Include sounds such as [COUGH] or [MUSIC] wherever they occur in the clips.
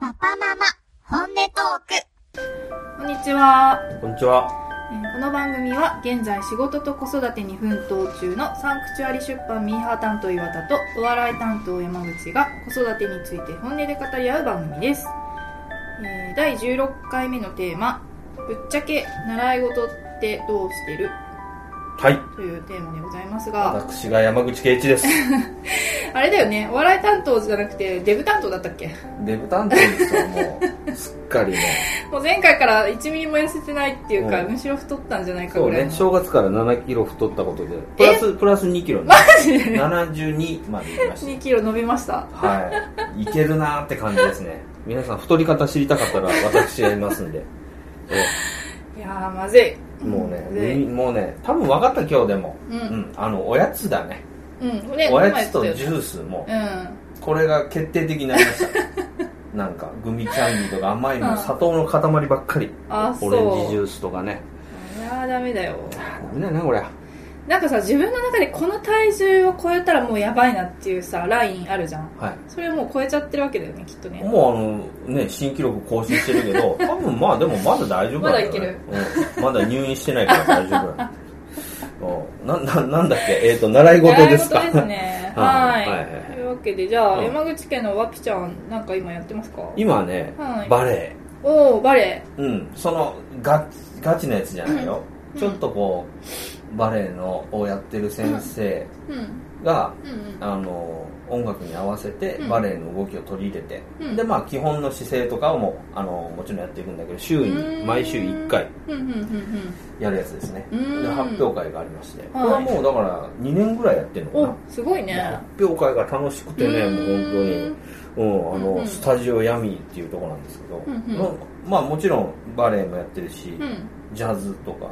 パパママ、本音トーク。こんにちは。こんにちは。えーこの番組は現在仕事と子育てに奮闘中のサンクチュアリ出版ミーハー担当岩田とお笑い担当山口が子育てについて本音で語り合う番組です。えー第16回目のテーマ、ぶっちゃけ習い事ってどうしてるはい。というテーマでございますが、私が山口圭一です。あれだよね、お笑い担当じゃなくてデブ担当だったっけ [LAUGHS] デブ担当ですよ、もう。すっかりね。もう前回から1ミリも痩せてないっていうか、うんむしろ太ったんじゃないかそうぐらいね、の。正月から7キロ太ったことで、プラス、プラス2キロ、ね、マジ [LAUGHS] で72までいきまし2キロ伸びました。た。はい。いけるなーって感じですね。皆さん、太り方知りたかったら、私やりますんで。いやー、まずい。そうもうね、でみもうね、多分分かった今日でも。うんうん。あの、おやつだね。うん、ねおこのやつと前言ってたよねジュースも、うん。これが決定的になりま [LAUGHS] した。なんか、グミキャンディーとか甘いもうんの、砂糖の塊ばっかり。あ、そう。オレンジジュースとかね。いやー、ダメだよ。ダメだね、これ。なんかさ、自分の中でこの体重を超えたらもうやばいなっていうさ、ラインあるじゃん。はそれをもう超えちゃってるわけだよね、きっとい。ね。もうあの、ね、新記録更新してるけ [LAUGHS] ど、多分まあでもまだ大丈夫だよ、ね。まだいける。うん。まだ入院してないから大丈夫だよ。うんな、な、なんだっけ、えっ、と、習い事ですか。。習い事ですね [LAUGHS] ははいい。はいはいというわけで、じゃあ、うん山口県のワピちゃん、なんか今やってますか今ね、はいバレおー、バレエ。うん。その、ガチ、ガチなやつじゃないよ。うんちょっとこう、バレエの、をやってる先生エ。うん。が、うんうん。あの音楽に合わせてうんバレエの動きを取り入れて、うんでまあ基本の姿勢とかをもうあのもちろんやっていくんだけど週うにん毎週1回うんうんうんやるやつですねうでん発表会がありましてこはいれはもうだから2年ぐらいやってるのかうん。なお、すごいね。発表会が楽しくてねもう本当に、うんあのうんうんスタジオヤミーっていうところなんですけど、んうんまあまあもちろんバレエもやってるし、うん。ジャズとか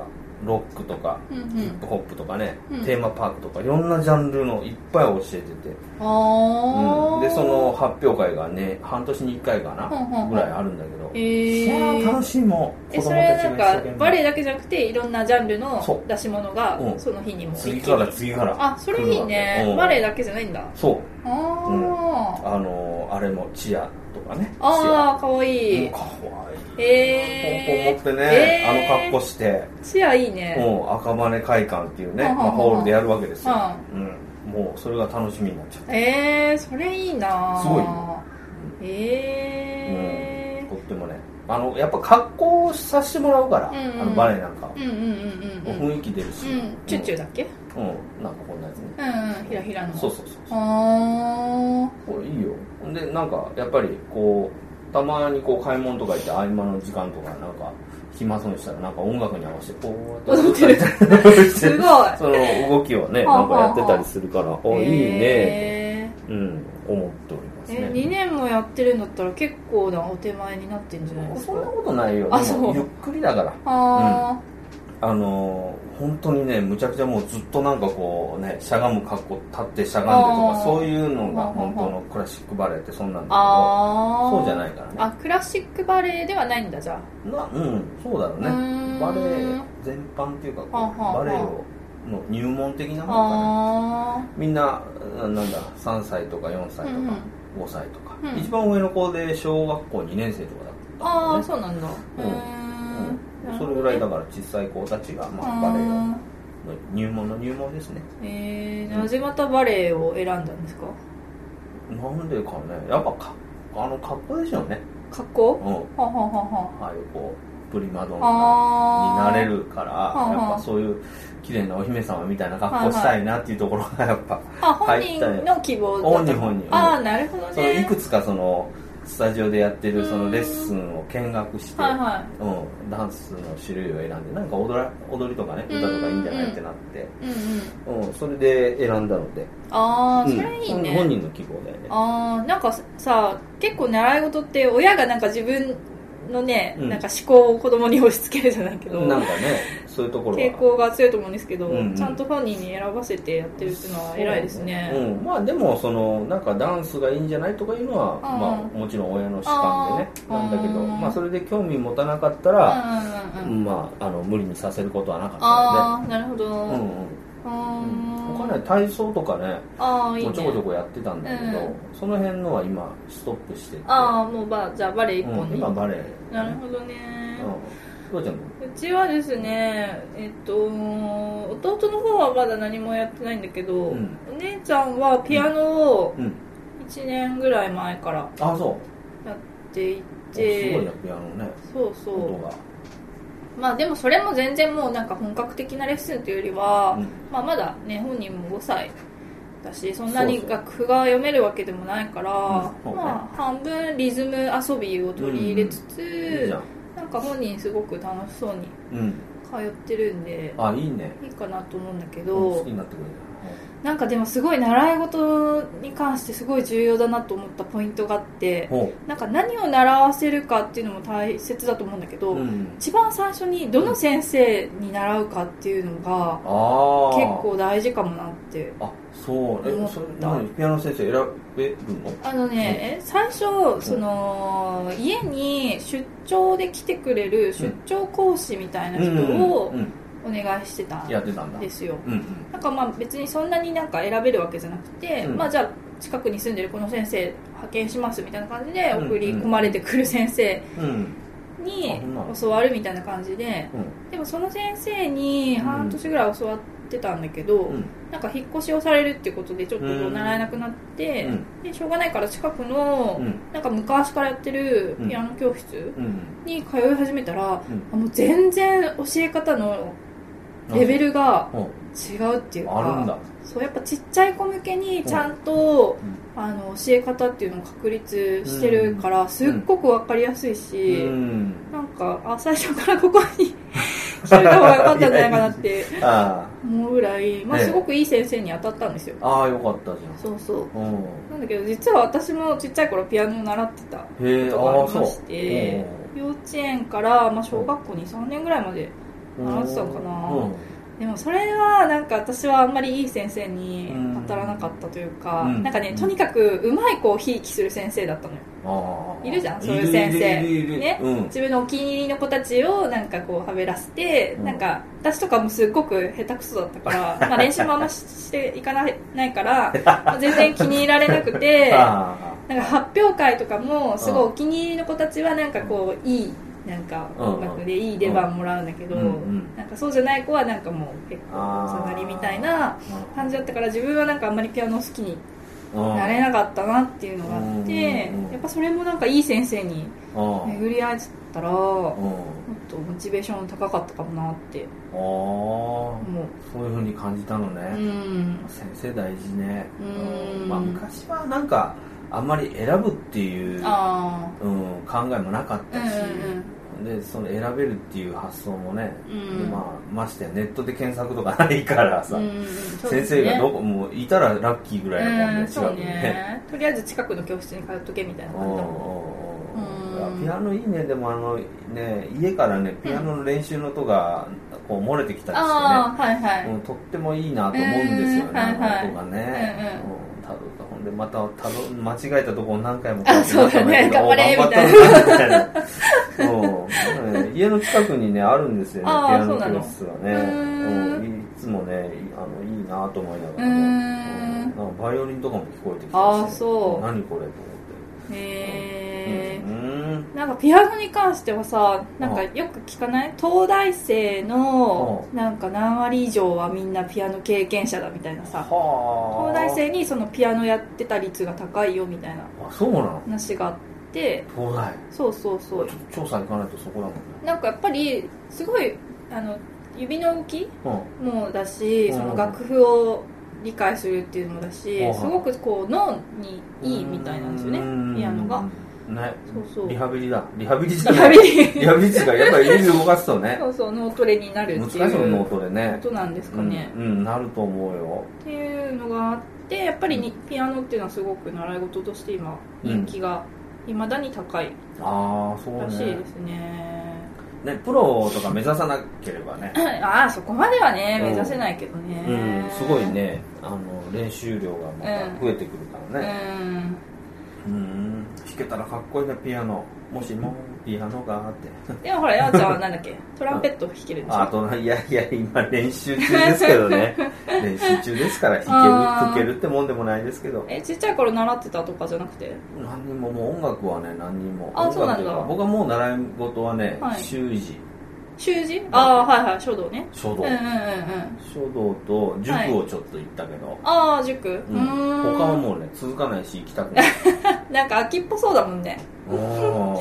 ロックとか、うんうヒッん。プホップとかね、うんテーマパークとかいろんなジャンルのいっぱい教えてて、あー。うん、でその発表会がね半年に1回かな、ほんほんほんぐらいあるんだけど、えいやーー楽しいもんえ子供それたちはなんが一か生懸命バレエだけじゃなくていろんなジャンルのそう出し物がうんその日にも次から次からあそれいいね、うんバレエだけじゃないんだそうあー、あのーあれもチアとかねあーかわチアいいもうかわいいえー、ポンポン持ってね、えーあの格好して、チアいいねもう赤羽会館っていうね、はははまあ、ホールでやるわけですよ、はうん、もうそれが楽しみになっちゃって、えー、それいいなすごいえとってもねあのやっぱ格好をさせてもらうから、うんうんあのバレエなんかはー、、うんうんうんうんうん雰囲気出るし、うんチュッチュだっけうん、なんかこんなやつねうんうんひらひらのそうそうそうそうあこれいいよほんでなんかやっぱりこうたまにこう買い物とか行って合間の時間とかなんか暇そうにしたらなんか音楽に合わせてこうやって踊ったりーしすてごい [LAUGHS] その動きをねはあなはあんかやってたりするからおいいねえーうん思っておりますえね2年もやってるんだったら結構なお手前になってんじゃないですそんなかことないよあでそうもゆっくりだからああのー本当にねむちゃくちゃもうずっとなんかこうねしゃがむ格好立ってしゃがんでとあかーそういうのがはあはあ本当のクラシックバレエってそんなー、んだけどあーそうじゃないからねあクラシックバレエではないんだじゃなうんそうだろうあねうーんバレエ全般っていうかこうはあはあはあバレエをの入門的なものかなあみんなあなんだ3歳とか4歳とうんうんか5歳とか、うん一番上の子で小学校2年生とかだーあったーんだよねそうなんだううんーんそれぐらいだから小さい子たちが、まあ、バレエの入門の入門ですねエえー、なぜまたバレエを選んだんですかなんでかねやっぱかあの格好でしょうね格好うんあははははあいうこうプリマドンナにあなーれるからあーやっぱそういう綺麗なお姫様みたいな格好したいなっていうところがやっぱあ本人の希望だった本人本人ああなるほどそのねいくつかそのスタジオでやってるそのレッスンを見学して、はいはうん、ダンスの種類を選んでなんか踊ら踊りとかねうん歌とかいいんじゃないってなって、いうんうんうん、それで選んだのでああうんそれいいね、本人の希望だよねあーなんかさ結構習い事って親がなんか自分のね、うんなんか思考を子供に押し付けるじゃないけどなんかねそういうところは傾向が強いと思うんですけど、うんうんちゃんと本人に選ばせてやってるっていうのは偉いですねそうだうん、まあでもそのなんかダンスがいいんじゃないとかいうのは、まあ、もちろん親の主観でねあーなんだけど、うんまあ、それで興味持たなかったうんら、うんうんうんまあ、あの無理にさせることはなかったのでああなるほど、うんうんあー他ね体操とかねあーいいもねうちょこちょこやってたんだけど、うんその辺のは今ストップしててああもうばじゃあバレエ一本うん、に、今バレエなるほどね、うんどうちゃんうちはですねえっと弟の方はまだ何もやってないんだけど、うんお姉ちゃんはピアノをうん1年ぐらい前からあそうやっていおすごて、いなピアノねそうそ音うがまあでもそれも全然もうなんか本格的なレッスンというよりは、うんまあ、まだね本人も5歳だしそんなそにうそう楽譜が読めるわけでもないから、うんそうねまあ半分リズム遊びを取り入れつつ、いいじゃんなんか本人すごく楽しそうにうん通ってるんであいいねいいかなと思うんだけうんど好きになってくれるなんかでもすごい習い事に関してすごい重要だなと思ったポイントがあってほうなんか何を習わせるかっていうのも大切だと思うんだけど、うん一番最初にどの先生に習うかっていうのがああ結構大事かもなってあそう思えったそれ何ピアノ先生選べるのあのね、最初その家に出張で来てくれる出張講師みたいな人をうんうんお願いしてたんやってたんだですよ、うんうんなんかまあ別にそんなになんか選べるわけじゃなくて、うんまあじゃあ近くに住んでるこの先生派遣しますみたいな感じで送り込まれてくる先生うんにあそんなの教わるみたいな感じででもその先生に半年ぐらい教わってたんだけど、うんうんなんか引っ越しをされるってことでちょっとこううん習えなくなって、うんでしょうがないから近くの、うんなんか昔からやってるピアノ教室うんに通い始めたら、うんあもう全然教え方のレベルがほ違うっていううかあるんだそうやっぱちっちゃい子向けにちゃんと、あの教え方っていうのを確立してるから、すっごく分かりやすいし、うんなんかあ最初からここに [LAUGHS] 来た方が良かったんじゃないかなってあ思うぐらい、まあ、ええすごくいい先生に当たったんですよあああよかったじそうそうゃんうんなんだけど実は私もちっちゃい頃ピアノを習ってたへこえとがああありそまうして幼稚園から、まあ、小学校23年ぐらいまでうん習ってたのかなうんでもそれはなんか私はあんまりいい先生にうん当たらなかったというか、うんなんかねうんとにかくうまい子をひいきする先生だったのよああいるじゃんそういう先生いるいるいるいるねうん自分のお気に入りの子たちをなんかこうはべらせて、うんなんか私とかもすっごく下手くそだったから [LAUGHS] まあ練習もあんまししていかないないからまあ全然気に入られなくてなんか [LAUGHS] ああ発表会とかもすごいお気に入りの子たちはなんかこういいなんか音楽でいい出番もらうんだけど、うんうんなんかそうじゃない子はなんかもう結構お下がりみたいな感じだったから自分はなんかあんまりピアノ好きにうんなれなかったなっていうのがあってうんうんうんやっぱそれもなんかいい先生にうん巡り合えてたらもうんっとモチベーション高かったかもなってああ思うそういう風に感じたのうねん先生大事ねうんまあ昔はなんかあんまり選ぶっていうあうん、考えもなかっあうんたし、でその選べるっていう発想もね、うんでまあ、ましてやネットで検索とかないからさ、うんうんうんそうで先すね生がどこもういたらラッキーぐらいなもんうねんそうくにねねとりあえず近くの教室に通っとけみたいなう感じんだうもんうんんうんピアノいいねでもあのね家からねピアノの練習の音がこう漏れてきたりあしあはいはてね、いうんとってもいいなと思うんですよね、うんはいはいあの音がね、ううんたどったほんでまたたど間違えたとこを何回もあそうだねこうやって頑張れ頑張ったなみたいなうんなんかね家の近くにねあるんですよねあーピアノそうなの教室がねうーんうんいつもねいあのいいなと思いながらうーねんうんなんかバイオリンとかも聞こえてきたしあーそう何これと思っへてえうんなんかピアノに関してはさなんかよく聞かない東大生のうなんか何割以上はみんなピアノ経験者だみたいなさは東あ大生にそのピアノやってた率が高いよみたいなあそうなの話があって東大そうそうそうちょっと調査行かないとそこだもんねなんかやっぱりすごいあの指の動きうんもだしうんその楽譜を理解するっていうのもだうしんすごくこう脳にいいみたいなんですようんねピアノが。ねそうそうリハビリだリハビリじゃリなハいビリリハビリっていうかやっぱり指動かすとねそうそう脳トレになる難っしていいうよノこートでねとなんですかね、うん、うんなると思うよっていうのがあってやっぱりにピアノっていうのはすごく習い事として今人気がいまだに高いああそうらしいねですね,、ねプロとか目指さなければねああそこまではねうん目指せないけど [LAUGHS] ね、うんすごいねあの練習量がまた増えてくるかうらねんうん弾けたらかっこいいなピアノもしもピアノがあ [LAUGHS] ってでもほら、やおち [LAUGHS] ゃんはなんだっけトランペット弾けるでしょあとないやいや今練習中ですけど [LAUGHS] ね練習中ですから弾ける吹けるってもんでもないですけどえ、ちっちゃい頃習ってたとかじゃなくて何にももう音楽はね何にもあ音楽そといううかなんだ僕はもう習い事はね、はい習字習字ああ、はいはい、書道ね。書う道、んうんうんうん。書道と塾をちょっと行ったけど、ああ、塾。ううんん。ん他はもうね続かないし行きたく [LAUGHS] ないなんか秋っぽそうだもんね。うん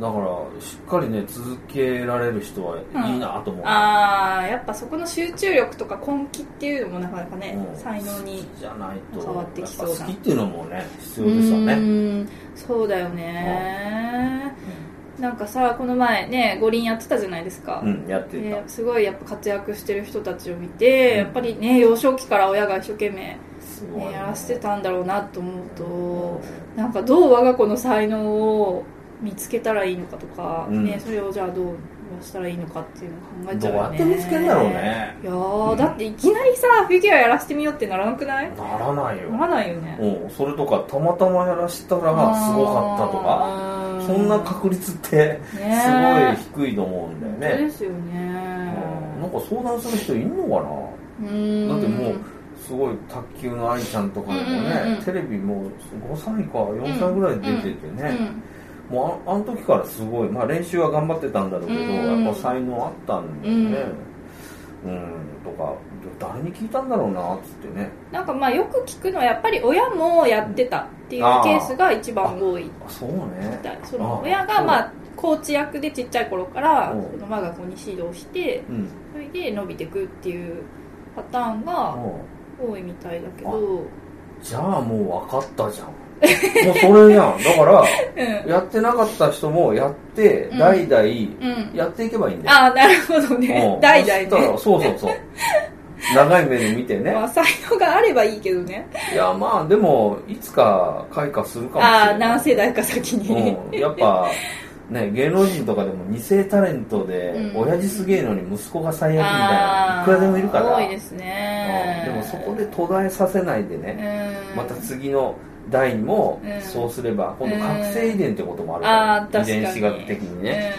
だからしっかりね続けられる人はいいなと思う、ああ、やっぱそこの集中力とか根気っていうのもなかなかね、うん才能に。じゃないと変わってきそうなやっぱ好きっていうのもね必う要ですよね、うんーん、そうだよね。なんかさ、この前ね、五輪やってたじゃないですか。うん、やってた、でですごいやっぱ活躍してる人たちを見て、うんやっぱりね幼少期から親が一生懸命、ね、すごいねやらせてたんだろうなと思うとなんかどう我が子の才能を見つけたらいいのかとか、うんね、それをじゃあどうしたらいいのかっていうのを考えちどゃううやよっねて見つけんだろうねいやうーんだっていきなりさフィギュアやらせてみようってならなくないならないよならないよねうん、それとかたまたまやらしたらすごかったとかあーそんな確率ってねすごい低いと思うんそだうよでね、すようねん、なんか相談する人いんのかなうんだってもうすごい卓球の愛ちゃんとかでもね、うんうんうんテレビもう5歳か4歳ぐらい出ててうね、んもうああの時からすごい、まあ、練習は頑張ってたんだろうけど、うんやっぱ才能あったんだよね、うんとか誰に聞いたんだろうなっつってねなんかまあよく聞くのはやっぱり親もやってたっていうケースが一番多いみあそうねたいそのあ親そがうまあコーチ役でちっちゃい頃からうんその我が子に指導してうんうんそれで伸びていくっていうパターンが多いみたいだけどじゃあもう分かったじゃんもうそれじゃんだから [LAUGHS] うやってなかった人もやってうん代々んうんやっていけばいいんだよ、ああなるほどうね [LAUGHS] ん代そした々ねらそうそうそう長い目で見て [LAUGHS] ねまあ才能があればいいけどねいやまあでもいつか開花するかもしれないああ何世代か先にうん、やっ [LAUGHS] ぱね芸能人とかでも二世タレントで、うん親父すげえのに息子が最悪みたいあなあいくらでもいるから多いですねうんでもそこで途絶えさせないでね、うんまた次の代にもうんそうすれば、今度覚醒遺伝ってこともあるあーか確ら、か遺に伝子学的にね、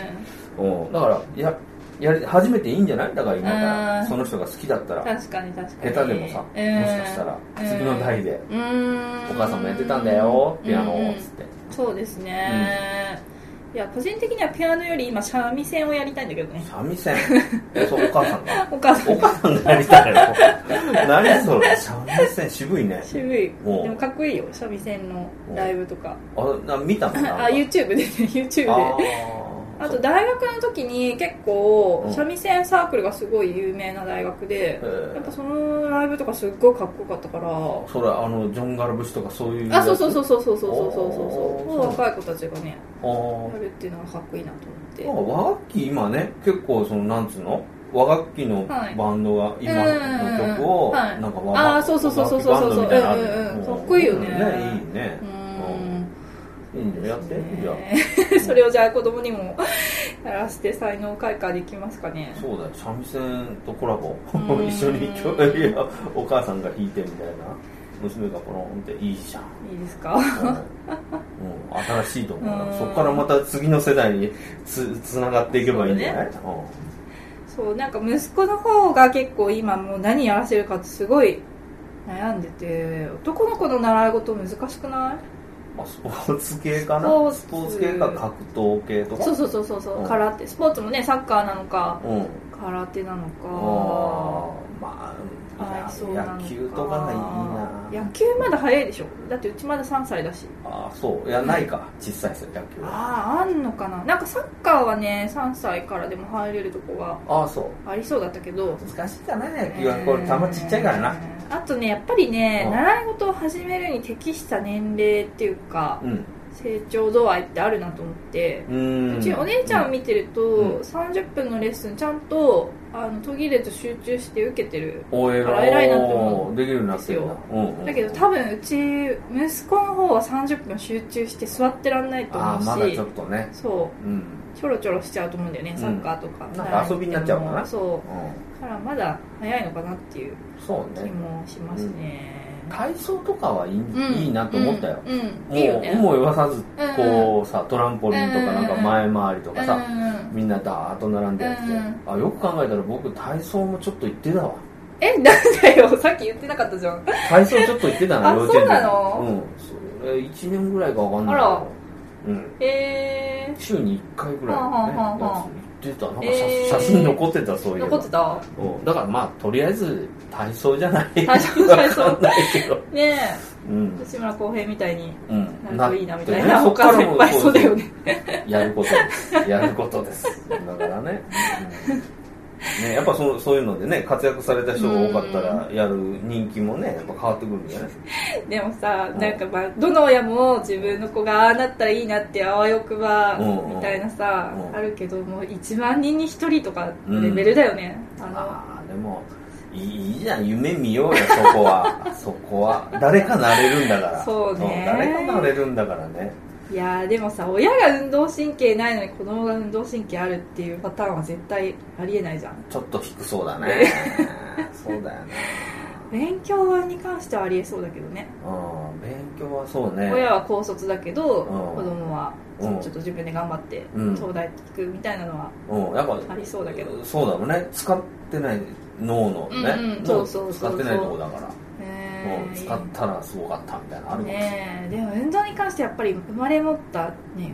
うんうん、だからややり初めていいんじゃないだから今からうんその人が好きだったら確かに確か下に手でもさ、うんもしかしたら次の代で、うんお母さんもやってたんだよピアノうんうをんつって、そうですね、いや個人的にはピアノより今三味線をやりたいんだけどね三味線えそうお母さんが [LAUGHS] お母さおん母さんがやりたいの [LAUGHS] 何それ三味線渋いね渋いおうでもかっこいいよ三味線のライブとかあな見たのなんかあ YouTube でね [LAUGHS] YouTube であーあと大学の時に結構うん三味線サークルがすごい有名な大学でえーやっぱそのライブとかすっごいかっこよかったからそれあのジョン・ガルブシとかそういうあそうそうそううそうそうそうそうそうおーそう若い子たちがねあーやるっていうのがかっこいいなと思ってなんか和楽器今ね結構そのなんつうの和楽器のはいバンドが今の曲をうんうんうんはいなんか和あー楽そうそうそうそうそう和楽器バンドみたいなのあるうんうんうんんかっこいいよねいいねうーんいいねやってじゃあね [LAUGHS] それをじゃあ子供にもやらせて才能開花できますかねそうだよ三味線とコラボうん一緒に今日いやお母さんが弾いてみたいな娘がポロンっていいじゃんいいですかうんうん新しいと思うなうんそこからまた次の世代につつながっていけばいいんじゃないうんそうなんか息子の方が結構今もう何やらせるかってすごい悩んでて男の子の習い事難しくないまあスポーツ系かなスポーツスポーツ系か格闘系とかそうそうそうそうそううん空手スポーツもねサッカーなのかうん空手なのあかーまあ合いそうなの野球とかがいいな野球まだ早いでしょだってうちまだ3歳だしああそういやないか小さいですよ野球はあああんのかななんかサッカーはね3歳からでも入れるとこがああそうありそうだったけど難しいかな野球はこれ球ちっちゃいからなあとねやっぱりねうん習い事を始めるに適した年齢っていうかうん成長度合いってあるなと思ってうーんうちお姉ちゃんを見てると、うん30分のレッスンちゃんとあの途切れず集中して受けてるおあ偉偉いいなって思うできるようになってるなでうんうんだけど多分うち息子の方は30分集中して座ってらんないとああ思まうだし、ちょっとねそううんうんちょろちょろしちゃうと思うんだよね、サッカーとかなんか遊びになっちゃうかなそうだからまだ早いのかなっていうそう気ねもしますね、う体操とかはいい,、うんいいなと思ったよ、うんもういいよね思いはさずうんこうさトランポリンとかなんかうん前回りとかさ、うんうんみんなダーッと並んでやってて、うんあよく考えたら僕体操もちょっと行ってたわえなんだよ [LAUGHS] さっき言ってなかったじゃん体操ちょっと行ってた [LAUGHS] なあ幼稚園そうなのうんそれ1年ぐらいかわかんないけあらどうんえ週に1回ぐらいのねはあはあはあやつ行ってたなんか写,、えー写真残ってたそうー、いう残ってただからまあとりあえず体操じゃない体操体操わかんないけどねうんえ吉村航平みたいにうんなるといいなみたいななっておね母さんいっぱいそっそうだよねやることです。やることです。だからね。うんね、やっぱそうそういうのでね、活躍された人が多かったら、やる人気もね、やっぱ変わってくるんじゃないでもさなんかまあどの親も自分の子がああなったらいいなってあわよくばうんみたいなさ、うんあるけどもう1万人に1人とかレベルだよね、あああ、でも、いいいいじゃん、夢見ようよ、そこは。 [LAUGHS] そこは。誰かなれるんだから。そうねん誰かなれるんだからね。のいやーでもさ親が運動神経ないのに子供が運動神経あるっていうパターンは絶対ありえないじゃんちょっと低そうだね。 [LAUGHS] そうだよね。勉強に関してはありえそうだけどねうん、勉強はそうね。親は高卒だけど、うん子供はうんちょっと自分で頑張って、うん東大行くみたいなのはうん、やっぱありそうだけど、ねそうだろうね使ってない脳のね、うんうん脳そうそうそう使ってないとこだから、えうん使ったらすごかったみたいなのあるかもしれない、ねえでも運動に関してやっぱり生まれ持った、ね、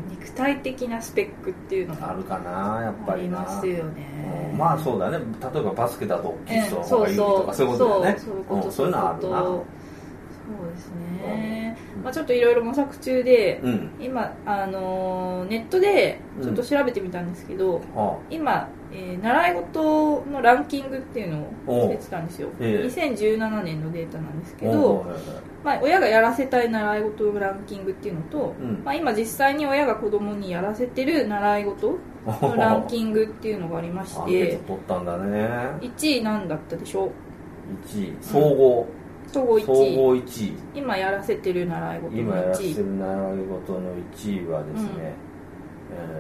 肉体的なスペックっていうのあがるかなやっぱありりなますようねんまあそうだね例えばバスケだと大きい人の方そがういいそとうかそういうことだよねそうそういうことんそういうのはあるなそうですね、うんまあ、ちょっといろいろ模索中で、うん今、あのーネットでちょっと調べてみたんですけど、は今、えー習い事のランキングっていうのをしてたんですよ、ええ2017年のデータなんですあけど、うんはいはいまあ、親がやらせたい習い事のランキングっていうのと、うんまあ、今実際に親が子供にやらせてる習い事はいのランキングっていうのがありましアンケーてト取ったんだね1位なんだったでしょう1位総合、総合総1位合1位今やらせてる習い事今やのらせて1る習い事の1位はですね、えー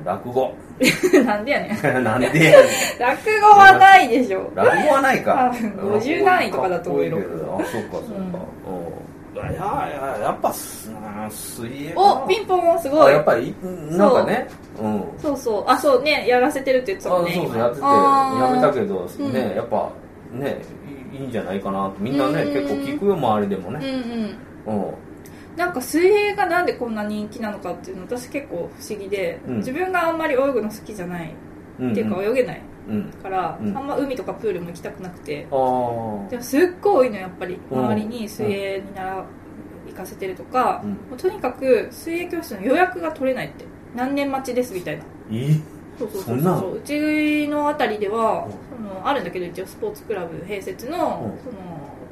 落語 [LAUGHS] 位 [LAUGHS] なんでやねんなんでやねん落語はないでしょラブはないか多分50何位とかだと思うよあそっかそっか、うん、いやいややっぱすうん水泳かなおピンポンすごあいやっぱりなんかねうんそうそうあそうねやらせてるって言ってあたもそんねうそう今やっててあやーめたけどうんね、やっぱねいいいんじゃないかなとみんなねうん結構聞くよ周りでもねうんうんうんなんか水泳がなんでこんな人気なのかっていうの私結構不思議で、うん自分があんまり泳ぐの好きじゃないうんっていうか泳げないうんから、うんあんま海とかプールも行きたくなくてあーでもすっごい多いのやっぱりうん周りに水泳になら行かせてるとか、うんもうとにかく水泳教室の予約が取れないって何年待ちですみたいなえそうそうそそうんなそのううちのあたりではうんそのあるんだけど一応スポーツクラブ併設の,、うんその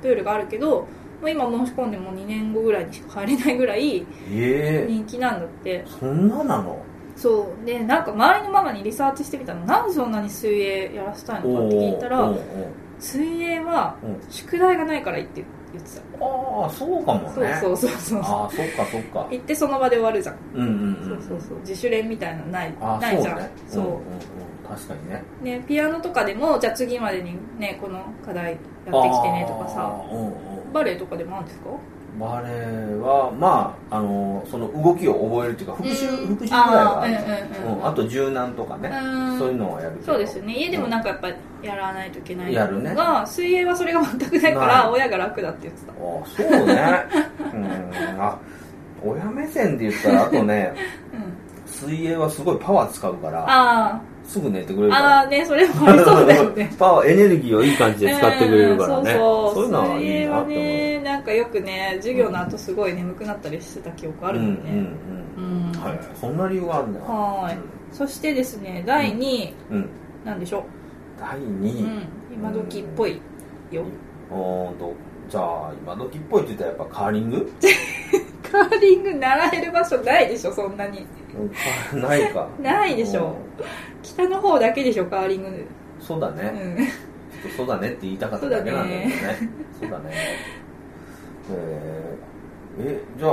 プールがあるけどもう今申し込んでも2年後ぐらいにしか入れないぐらいええ人気なんだってそんななのそうでなんか周りのママにリサーチしてみたのなんでそんなに水泳やらせたいのかって聞いたおらー水泳はおーおー宿題がないから行って言ってうんああそうかもた、ねそうそうそうそうああそっかそっか行ってその場で終わるじゃん、うんうんうんそうそうそう自主練みたいなのないあないじゃんそそううね、んんん確かにねね、ピアノとかでもじゃあ次までにねこの課題やってきてねとかさあー、うんうん、バレエとかでもあるんですかバレーはまああのその動きを覚えるっていうか復習、うん復習ぐらいはあるあーうんうんうんあと柔軟とかね、うんそういうのはやるけどそうですよね家でもなんかやっぱやらないといけないやるねのが水泳はそれが全くないかならい親が楽だって言ってたあーそうねうんあ親目線で言ったらあ [LAUGHS] とねうん水泳はすごいパワー使うからあすぐ寝てくれあるからああねそれもありそうだよね [LAUGHS] パワーエネルギーをいい感じで使ってくれるからね、うんそうそういうのはいいなって思う水泳はねなんかよくね授業の後すごい眠くなったりしてた記憶あるもんうんねううんうんんはい、そんな理由があるんだよはーいそしてですね第2位、うん、なんでしょ第う、 2う位、ん、今時っぽいようーんとじゃあ今時っぽいって言ったらやっぱカーリ [LAUGHS] ングカーリング習える場所ないでしょそんなにうんないかないでしょ北の方だけでしょカーリング、うんそうだうね、ん、ちょっとそうだねって言いたかっただけなんだけどねそうだねえーえじゃあ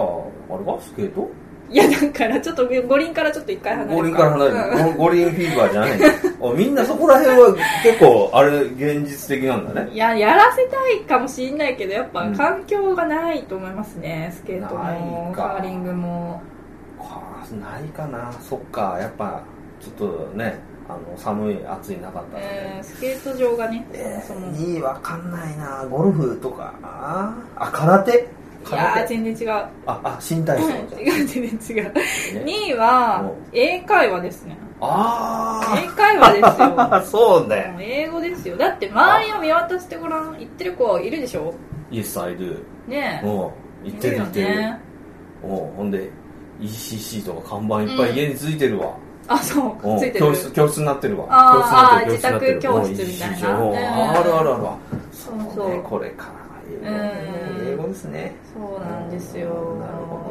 あれかスケート [LAUGHS] いやだからちょっと五輪からちょっと一回離れ五る輪から離れる、五輪フィーバーじゃない [LAUGHS] おみんなそこら辺は結構あれ現実的なんだうねんいややらせたいかもしんないけどやっぱうん環境がないと思いますね、スケートなもいカかーリングもはあないかなそっかやっぱちょっとねあの寒い暑いなかったらえねー、スケート場がね、えそもそも2位わかんないなゴルフとかあーあ空手いや空ー手全然違うああ新体操じゃん [LAUGHS] 違う全然違うね2位はう英会話ですね英あ会話ですよ [LAUGHS] あそうねもう英語ですよだって周りを見渡してごらん言ってる子いるでしょ Yes I do ねえうん言ってる言っているよねおほんで ECC とか看板いっぱい家についてるわ、あそううんついてる教室教室になってるわあー教室になってるあー室に自宅教室なってるみたいなうん ECC うんあるあるあるわそうそそううねこれからが英語うん英語ですねそうなんですよなるほど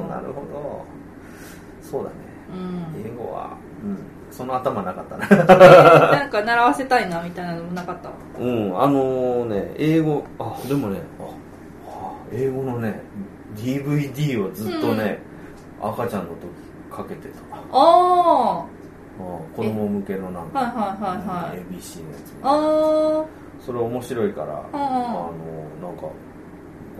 なるほどそうだねうん英語は、うん、その頭なかったななんか習わせたいなみたいなのもなかったうんあのね英語あでもねああ英語のね DVD をずっとね、赤ちゃんの時かけてたああ子供向けのなんあはいかはいはいはい ABC のやつあそれ面白いから、ああのはなんか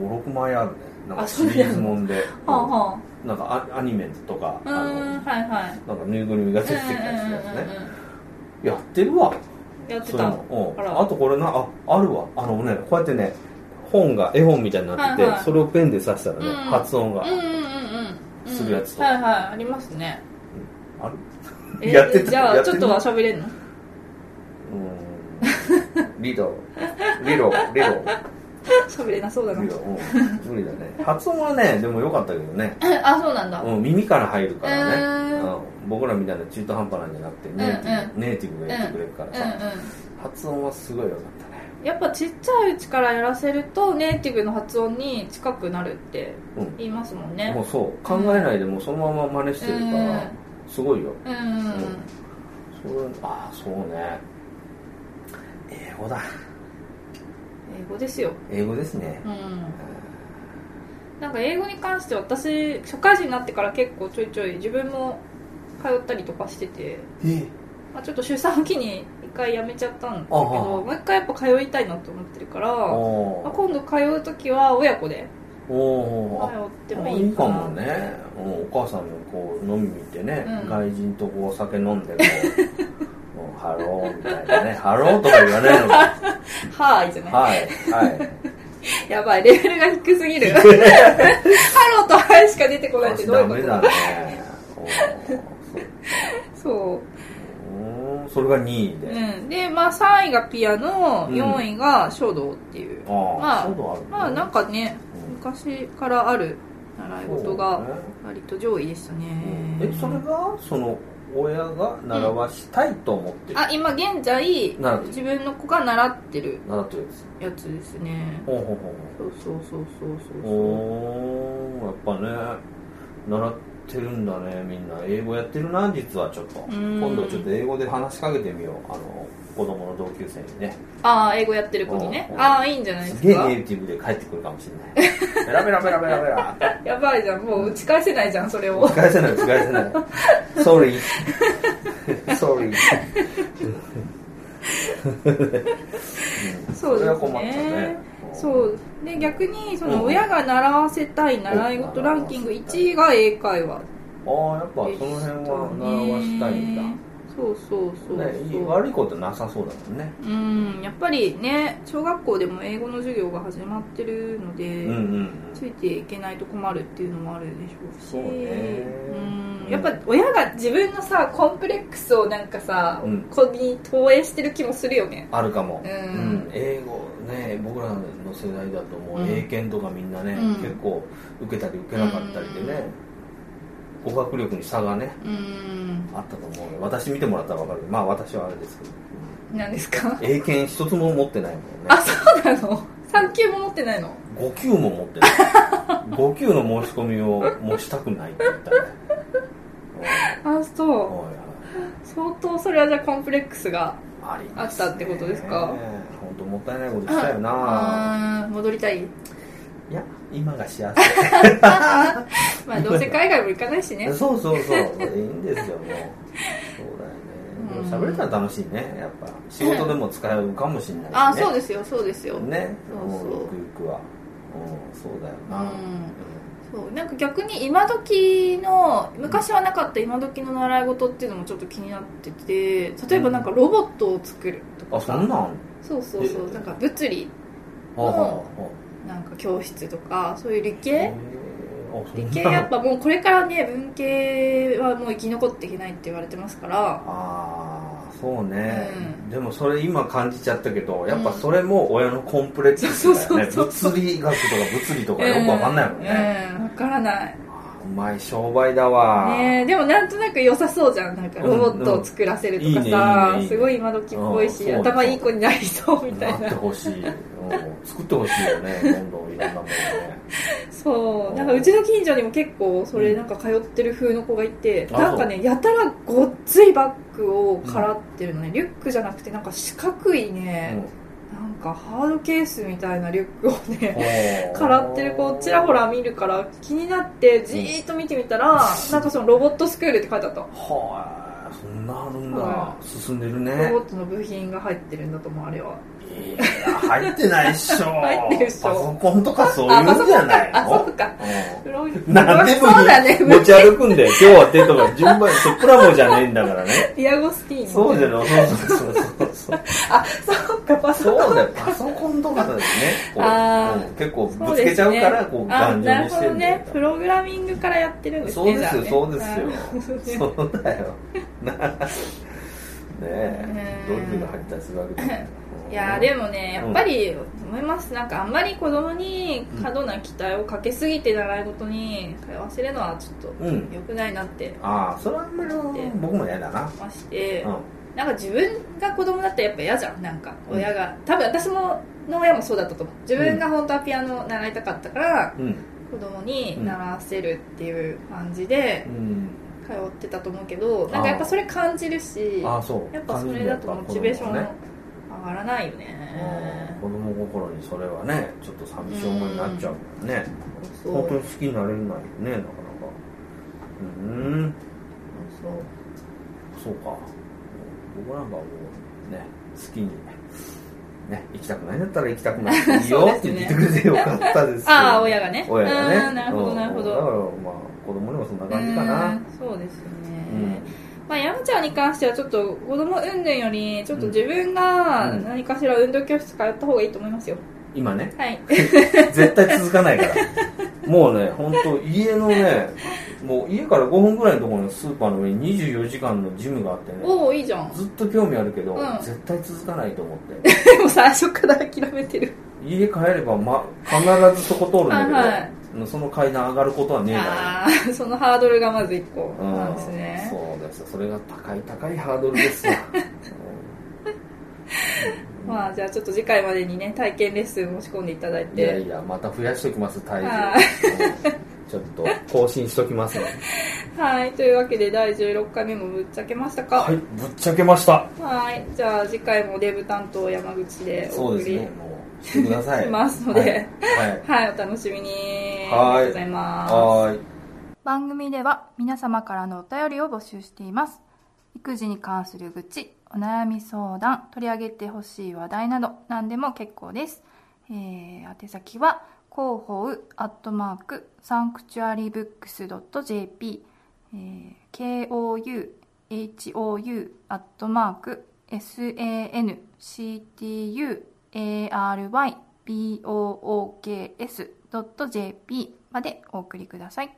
56枚あるねなんかあシそうリなんだーズもんであはなんかアアニメとかああのうんはいはいなんかぬいぐるみが出てきたりするやつうんうんねうんうんやってるわやってそたれのもうあんらあとこれなああるわあのねこうやってね本が絵本みたいになってて、はいはいそれをペンで刺したらね、うん発音が、うんうんうんうんするやつとはいはいありますねあるえやってたじゃやあってちょたっとは喋れんの [LAUGHS] うーんリドリロリロ喋れなそうだな無理だ、うん、無理だね発音はねでも良かったけどね、あそうなんだうん、耳から入るからね、うーんうん、僕らみたいな中途半端なんじゃなくてネイティブ,、ネイティブがやってくれるからさ、う発音はすごい良かったねんうんやっぱちっちゃいうちからやらせるとネイティブの発音に近くなるってうん言いますもんねもうそう考えないでもうそのまま真似してるから、すごいようんうんうんうんそれああそうね英語だ英語ですよ英語ですねうんなんか英語に関して私社会人になってから結構ちょいちょい自分も通ったりとかしてて、えまあ、ちょっと出産を機に一回やめちゃったんだけどあはもう一回やっぱ通いたいなと思ってるから、おまあ、お今度通う時は親子でお通おってもいいいいかかもなね、うん、お母さんのこう飲みに行ってね、うん外人とこうお酒飲んでこうもう [LAUGHS] ハローみたいなねハローとか言わない [LAUGHS] のかはーいじゃないはいはいやばい、レベルが低すぎ [LAUGHS] る。ハローとハイしか出てこないってどうダいメうこだねおーとそそううーんそれが2位で、う。うん。で、まあ3位がピアノ、うん4位が書道っていう。ああ、まあそういうのあるねまあなんかね、昔からある習い事そうがね割と上位でしたね。えそれがその親が習わしたいと思ってる、あ、今現在なる、自分の子が習ってる習ってるんですやつですね。ほうほうほそうそうそうそうそうそうう。ほうおーやっぱね習ってるんだねみんな英語やってるな実はちょっとん今度ちょっと英語で話しかけてみようあの子供の同級生にねああ、英語やってる子にねう。んああ、いいんじゃないすでげすえかネ。イティブで帰ってくるかもしれ [LAUGHS] ないベラベラベラベラベラってやばいじゃん、もう打ち返せないじゃん、それを。打ち返せない打ち返せない Sorry [LAUGHS] Sorry そうですねれは困ったねそうで逆にそうのん親が習わせたい習い事ランキング1位が英会話ああやっぱその辺は習わしたいんだ、ねそうそうそうそう、ね、いい悪いことなさそうだもんねうんやっぱりね小学校でも英語の授業が始まってるので、うんうんうんついていけないと困るっていうのもあるでしょうしそうねんやっぱ親が自分のさコンプレックスをなんかさ、うん子に投影してる気もするよねあるかも、うん英語ね僕らの世代だともううん英検とかみんなね、うん結構受けたり受けなかったりでね、語学力に差がねうんあったと思うよ私見てもらったら分かるけどまあ私はあれですけど何ですか英検一つも持ってないもんねあそうなの3級も持ってないの5級も持ってない5級の申し込みをもうしたくないって言ったねあそううんおいおい相当それはじゃあコンプレックスがありあったってことですか本当もったいないことしたよなあー戻りたいいや今が幸せままあどうせ海外も行かないし [LAUGHS] ねそうそうそういいんですよもうそうだよねでも喋れたら楽しいねやっぱ仕事でも使えるかもしれないし、ね、あそうですよそうですよ、ねそうそうもうゆくゆくはうんそうだよな、うんそうなんか逆に今時の昔はなかった今時の習い事っていうのもちょっと気になってて例えばなんかロボットを作るとかあそさんなんそうそうそうえなんか物理あはあはあなんか教室とかそういう理系あそん理な系やっぱもうこれからね文系はもう生き残っていけないって言われてますから [LAUGHS] ああそうね、うんでもそれ今感じちゃったけどやっぱそれも親のコンプレックスだよねそうそうそう物理学とか物理とかよくわかんないもんね、うんうんわからないあーうまい商売だわ、ねえでもなんとなく良さそうじゃんなんかロボットを作らせるとかうんうんいいねいいねさいいねすごい今時っぽいしうんそう頭いい子になりそうみたないってなほしい、うん作ってほしいよ [LAUGHS] ねどんどんいろんなものねそうなんかうちの近所にも結構それなんか通ってる風の子がいてあなんかねやたらごっついバッグをからってるのねリュックじゃなくてなんか四角いねなんかハードケースみたいなリュックをねからってる子をちらほら見るから気になってじーっと見てみたら、なんかそのロボットスクールって書いてあったはあそんなあるんだ、は進んでるねロボットの部品が入ってるんだと思うあれはいや入ってないっしょ [LAUGHS] 入ってるっしょパソコンとかそういうんじゃないのあそうかうんロボットなんでそう部だね品持ち歩くんだよ。今日は手とか順番、そうプラモじゃねえんだからね。ディアゴスティーニそうじゃない。そうそうそうそう。あそうかパソコンそうだよ。パソコンとかだよね。こうあーうん結構そぶうでつすねけちゃうから、こうあ頑なるほ丈にしてどんだよね。プログラミングからやってるんですそうねですよ、じゃそあうねですよ。そうだよ。なねえ、ドリルが入ったりするわけだよ [LAUGHS] いやーでもねやっぱり思います、なんかあんまり子供に過度な期待をかけすぎて習い事に通わせるのはちょっとうん。良くないなってああ、それはあんまり僕も嫌だな。まして、うん。なんか自分が子供だったらやっぱ嫌じゃんなんか親が、多分私もの親もそうだったと思う自分が本当はピアノを習いたかったから、うん。子供に習わせるっていう感じでうん。通ってたと思うけど、なんかやっぱそれ感じるしああ、そう。やっぱそれだとモチベーションねも上がらないよね子供心にそれはねちょっと寂しい思いになっちゃうもんね、そう本当に好きになれないよねなかなかうーんそうそうか僕なんかもうね好きにね行きたくないんだったら行きたくないっていいそうよでっすてね言ってくれてよかったですよああ親がね親がうねんなるほどなるほどうんだからまあ子供にもそんな感じかなうんそうですね、うんまあ、山ちゃんに関してはちょっと子供云々よりちょっと自分がうん何かしら運動教室通った方がいいと思いますよ、今ねはい絶対続かないからもうね本当家のねもう家から5分ぐらいのところのスーパーの上に24時間のジムがあってねおおいいじゃ [LAUGHS] んずっと興味あるけど、うん絶対続かないと思ってでも最初から諦めてる家帰れば、ま、必ずそこ通るんだけど、はいはいその階段上がることはねえなああそのハードルがまず1個うんなんですね、そうですよそれが高い高いハードルで [LAUGHS] すよ、うんまあじゃあちょっと次回までにね体験レッスン申し込んでいただいいやていやまた増やしときます体は重、うんちょっと更新しときますのではいというわけで第16回目もぶっちゃけましたかはいぶっちゃけましたはいじゃあ次回もデブ担当山口でおそう送ですり、ねもうしてくださいしますのではい、はいはいお楽しみにはいありがとうございますはーい番組では皆様からのお便りを募集しています育児に関する愚痴お悩み相談取り上げてほしい話題など何でも結構です、えー宛先は広報アットマークサンクチュアリーブックス .jp、えー、KOUHOU アットマーク SANCTUARYBOOKS.jp までお送りください